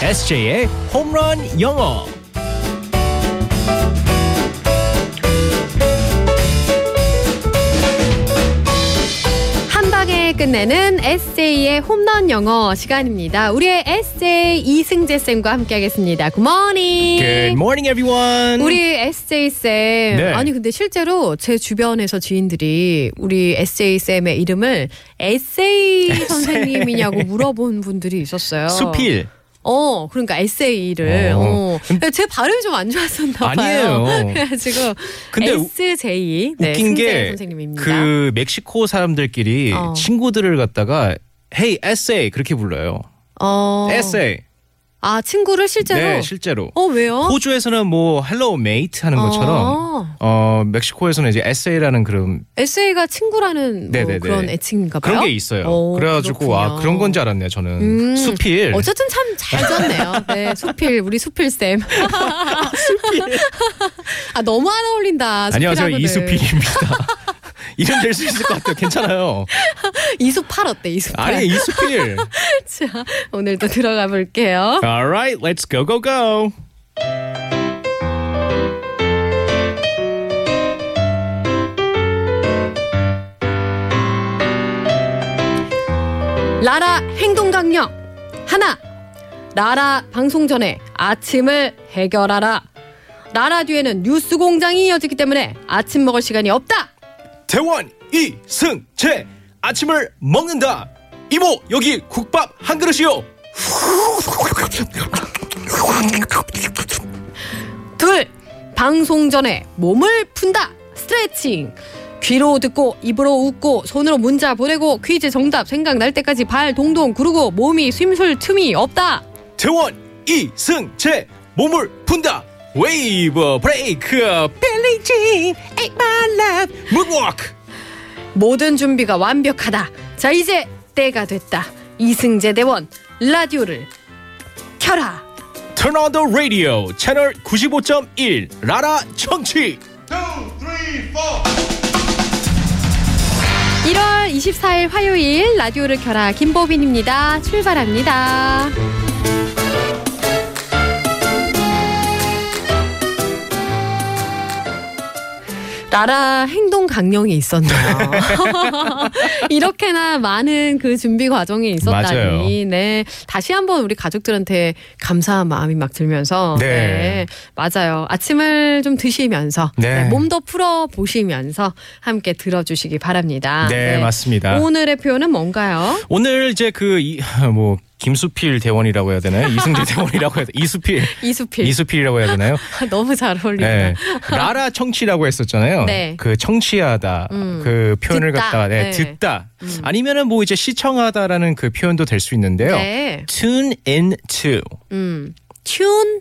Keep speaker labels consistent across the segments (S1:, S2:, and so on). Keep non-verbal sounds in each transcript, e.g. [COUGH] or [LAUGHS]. S1: SJ의 홈런 영어.
S2: 한 방에 끝내는 SJ의 홈런 영어 시간입니다. 우리의 SJ 이승재 쌤과 함께하겠습니다. 굿모닝.
S1: Good morning, 네. everyone.
S2: 네. 우리 SJ 쌤. 아니 근데 실제로 제 주변에서 지인들이 우리 SJ 쌤의 이름을 에세이 선생님이냐고 물어본 분들이 있었어요.
S1: 수필
S2: 어, 그러니까 에세이를.
S1: 어.
S2: 어. 제 발음이 좀 안 좋았었나 봐요.
S1: 아니에요.
S2: 그래가지고
S1: 근데 우-
S2: SJ 네,
S1: 웃긴
S2: 승재
S1: 게
S2: 선생님입니다.
S1: 그 멕시코 사람들끼리
S2: 어.
S1: 친구들을 갖다가 Hey, essay 그렇게 불러요.
S2: 어.
S1: Essay.
S2: 아 친구를 실제로.
S1: 네, 실제로.
S2: 어 왜요?
S1: 호주에서는 뭐 Hello, mate 하는 것처럼
S2: 아,
S1: 어 멕시코에서는 이제 에세이라는 그런
S2: SA가 친구라는 뭐
S1: 네네네.
S2: 그런 애칭인가 봐요.
S1: 그런 게 있어요.
S2: 오,
S1: 그래가지고 아
S2: 그렇군요.
S1: 그런 건 줄 알았네요. 저는
S2: 음.
S1: 수필.
S2: 어쨌든 참 잘
S1: [LAUGHS]
S2: 졌네요. 네, 수필 우리 수필 쌤. 수필. [LAUGHS] 아 너무 안 어울린다.
S1: 안녕하세요
S2: 수필하고는. 네.
S1: 이수필입니다. [LAUGHS] 이름 될 수 있을 것 같아요. 괜찮아요.
S2: [LAUGHS] 이수팔 어때 이수팔?
S1: 아니 이수필.
S2: [LAUGHS] 자 오늘도 들어가 볼게요.
S1: All right, let's go go go.
S2: 라라 행동 강령 하나. 라라 방송 전에 아침을 해결하라. 라라 뒤에는 뉴스 공장이 이어지기 때문에 아침 먹을 시간이 없다.
S1: 대원 이승채 아침을 먹는다. 이모 여기 국밥 한 그릇이요.
S2: 둘 방송 전에 몸을 푼다 스트레칭 귀로 듣고 입으로 웃고 손으로 문자 보내고 퀴즈 정답 생각날 때까지 발 동동 구르고 몸이 쉼술 틈이 없다
S1: 대원 이승채 몸을 푼다. 웨이브 브레이크 빌리지 에이 말라 문워크
S2: 모든 준비가 완벽하다 자 이제 때가 됐다 이승재 대원 라디오를 켜라
S1: Turn on the radio 채널 95.1 라라 청취
S3: two, three, four.
S2: 1월 24일 화요일 라디오를 켜라 김보빈입니다 출발합니다 나라 행동 강령이 있었네요. [LAUGHS] 이렇게나 많은 그 준비 과정이 있었다니. 네. 다시 한번 우리 가족들한테 감사한 마음이 막 들면서.
S1: 네.
S2: 맞아요. 아침을 좀 드시면서.
S1: 네.
S2: 네, 몸도 풀어 보시면서 함께 들어주시기 바랍니다.
S1: 네, 맞습니다.
S2: 아, 오늘의 표현은 뭔가요?
S1: 오늘 이제 그 뭐 김수필 대원이라고 해야 되나요? 이승재 대원이라고 해야 되나? 이수필
S2: 이수필.
S1: 이수필이라고 해야 되나요?
S2: [LAUGHS] 너무 잘 어울린다.
S1: 네. 라라 청취라고 했었잖아요.
S2: 네. 음.
S1: 그 청취하다 그 표현을
S2: 듣다.
S1: 갖다가 네,
S2: 네.
S1: 듣다 아니면은 뭐 이제 시청하다라는 그 표현도 될 수 있는데요.
S2: 네.
S1: tune in to
S2: 음. tune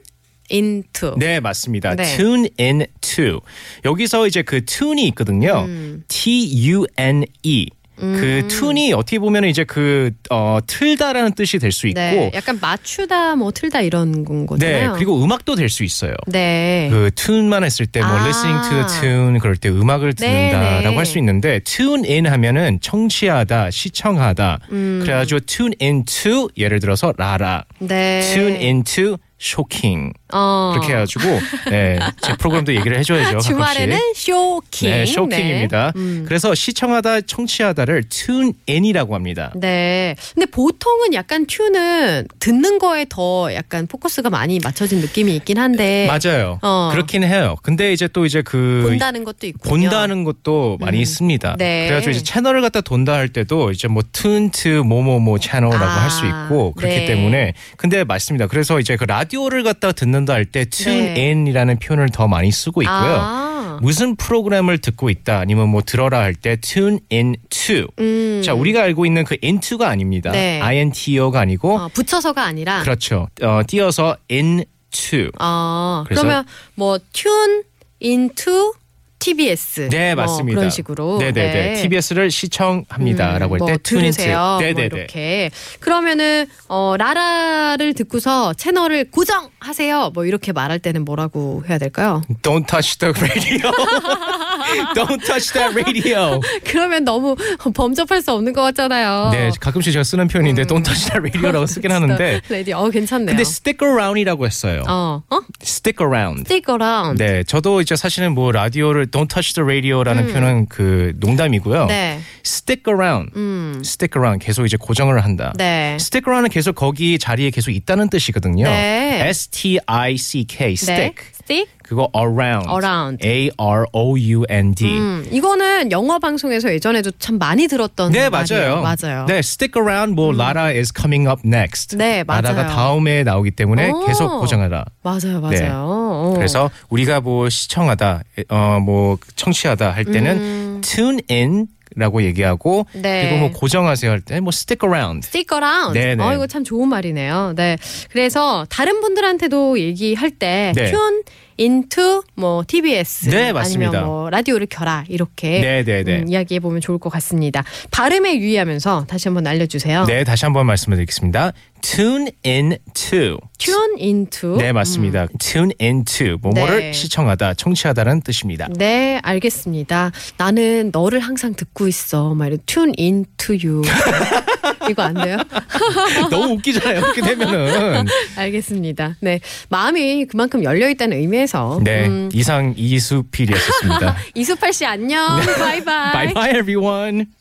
S2: into.
S1: 네 맞습니다.
S2: 네.
S1: tune in to 여기서 이제 그 tune이 있거든요.
S2: 음.
S1: T U N E 그 tune이 어떻게 보면 이제 그 어, 틀다라는 뜻이 될 수 있고
S2: 네, 약간 맞추다, 뭐 틀다 이런 건
S1: 네,
S2: 거잖아요.
S1: 그리고 음악도 될 수 있어요.
S2: 네.
S1: 그 tune만 했을 때 뭐
S2: 아.
S1: listening to the tune 그럴 때 음악을
S2: 네,
S1: 듣는다라고
S2: 네.
S1: 할 수 있는데 tune in 하면은 청취하다, 시청하다.
S2: 음.
S1: 그래가지고 tune into 예를 들어서 라라,
S2: 네.
S1: 그 tune into 쇼킹
S2: 어.
S1: 그렇게 해가지고 네, 제 프로그램도 얘기를 해줘야죠.
S2: [LAUGHS] 주말에는
S1: 가끔씩.
S2: 쇼킹.
S1: 네, 쇼킹입니다.
S2: 네. 음.
S1: 그래서 시청하다, 청취하다를 tune in이라고 합니다.
S2: 네. 근데 보통은 약간 튜는 듣는 거에 더 약간 포커스가 많이 맞춰진 느낌이 있긴 한데
S1: 맞아요.
S2: 어.
S1: 그렇긴 해요. 근데 이제 또 이제 그
S2: 본다는 것도 있고
S1: 본다는 것도 많이 있습니다.
S2: 네.
S1: 그래가지고 이제 채널을 갖다 돈다 할 때도 이제 뭐 튼트 뭐뭐뭐 채널이라고
S2: 아,
S1: 할 수 있고 그렇기
S2: 네.
S1: 때문에 근데 맞습니다. 그래서 이제 그 라디오를 갖다 듣는다 할 때 tune
S2: 네.
S1: in이라는 표현을 더 많이 쓰고 있고요.
S2: 아.
S1: 무슨 프로그램을 듣고 있다 아니면 뭐 들어라 할 때 tune in to.
S2: 음.
S1: 자 우리가 알고 있는 그 into가 아닙니다.
S2: 네.
S1: into가 아니고
S2: 어, 붙여서가 아니라
S1: 그렇죠. 어, 띄어서 into.
S2: 어,
S1: 그래서-
S2: 그러면 뭐 tune into TBS
S1: 네
S2: 뭐
S1: 맞습니다.
S2: 그런 식으로
S1: 네네네 TBS를 시청합니다라고 할 때
S2: 뭐 들으세요. 뭐
S1: 네네네.
S2: 이렇게 그러면은 어, 라라를 듣고서 채널을 고정하세요. 뭐 이렇게 말할 때는 뭐라고 해야 될까요? [LAUGHS]
S1: Don't touch the radio. [LAUGHS] Don't touch that radio.
S2: 그러면 너무 [LAUGHS] 범접할 수 없는 것 같잖아요.
S1: 네 [LAUGHS] 가끔씩 제가 쓰는 표현인데 Don't touch that radio라고 쓰긴 하는데
S2: 레디 어 음. 괜찮네요.
S1: 근데 stick around이라고 했어요.
S2: 어, 어?
S1: Stick around.
S2: Stick around.
S1: 네, 저도 이제 사실은 뭐 라디오를 don't touch the radio라는 표현은 그 농담이고요.
S2: 음. 네.
S1: stick around,
S2: 음.
S1: stick around 계속 이제 고정을 한다.
S2: 네.
S1: stick around은 계속 거기 자리에 계속 있다는 뜻이거든요.
S2: 네.
S1: S T I C K
S2: 네.
S1: stick
S2: Stick.
S1: 그거 around,
S2: Around.
S1: A R O U N D.
S2: 음, 이거는 영화 방송에서 예전에도 참 많이 들었던
S1: 네 맞아요.
S2: 말이에요. 맞아요. 음.
S1: 네 stick around 뭐 라라 is coming up next.
S2: 네, 맞아요.
S1: 라라가 다음에 나오기 때문에
S2: 오.
S1: 계속 고정하라.
S2: 맞아요. 맞아요.
S1: 네.
S2: 어.
S1: 그래서 우리가 뭐 시청하다, 어 뭐 청취하다 할 때는 tune in라고 얘기하고
S2: 음. 네.
S1: 그리고 뭐 고정하세요 할 때 뭐 stick around.
S2: stick around.
S1: 네네.
S2: 어, 이거 참 좋은 말이네요. 네. 그래서 다른 분들한테도 얘기할 때
S1: 네.
S2: tune into 뭐 TBS
S1: 네, 맞습니다.
S2: 아니면 뭐 라디오를 켜라 이렇게 음,
S1: 네네네.
S2: 이야기해 보면 좋을 것 같습니다. 발음에 유의하면서 다시 한번 알려주세요.
S1: 네, 다시 한번 말씀드리겠습니다. tune in to.
S2: tune into.
S1: 네, 맞습니다. tune in to 뭐뭐를
S2: 어? 음. 네.
S1: 시청하다, 청취하다는 뜻입니다.
S2: [LAUGHS] 네, 알겠습니다. 나는 너를 항상 듣고 있어. 막 이런 tune into
S1: [LAUGHS]
S2: you. 이거 안 돼요?
S1: 너무 웃기잖아요. 그렇게
S2: [LAUGHS]
S1: 되면은.
S2: 알겠습니다. 네. 마음이 그만큼 열려 있다는 의미에서
S1: 네,
S2: 음,
S1: 이상 이수필이었습니다.
S2: [LAUGHS] 이수팔 씨 안녕. 네. [LAUGHS] 바이바이.
S1: bye bye everyone.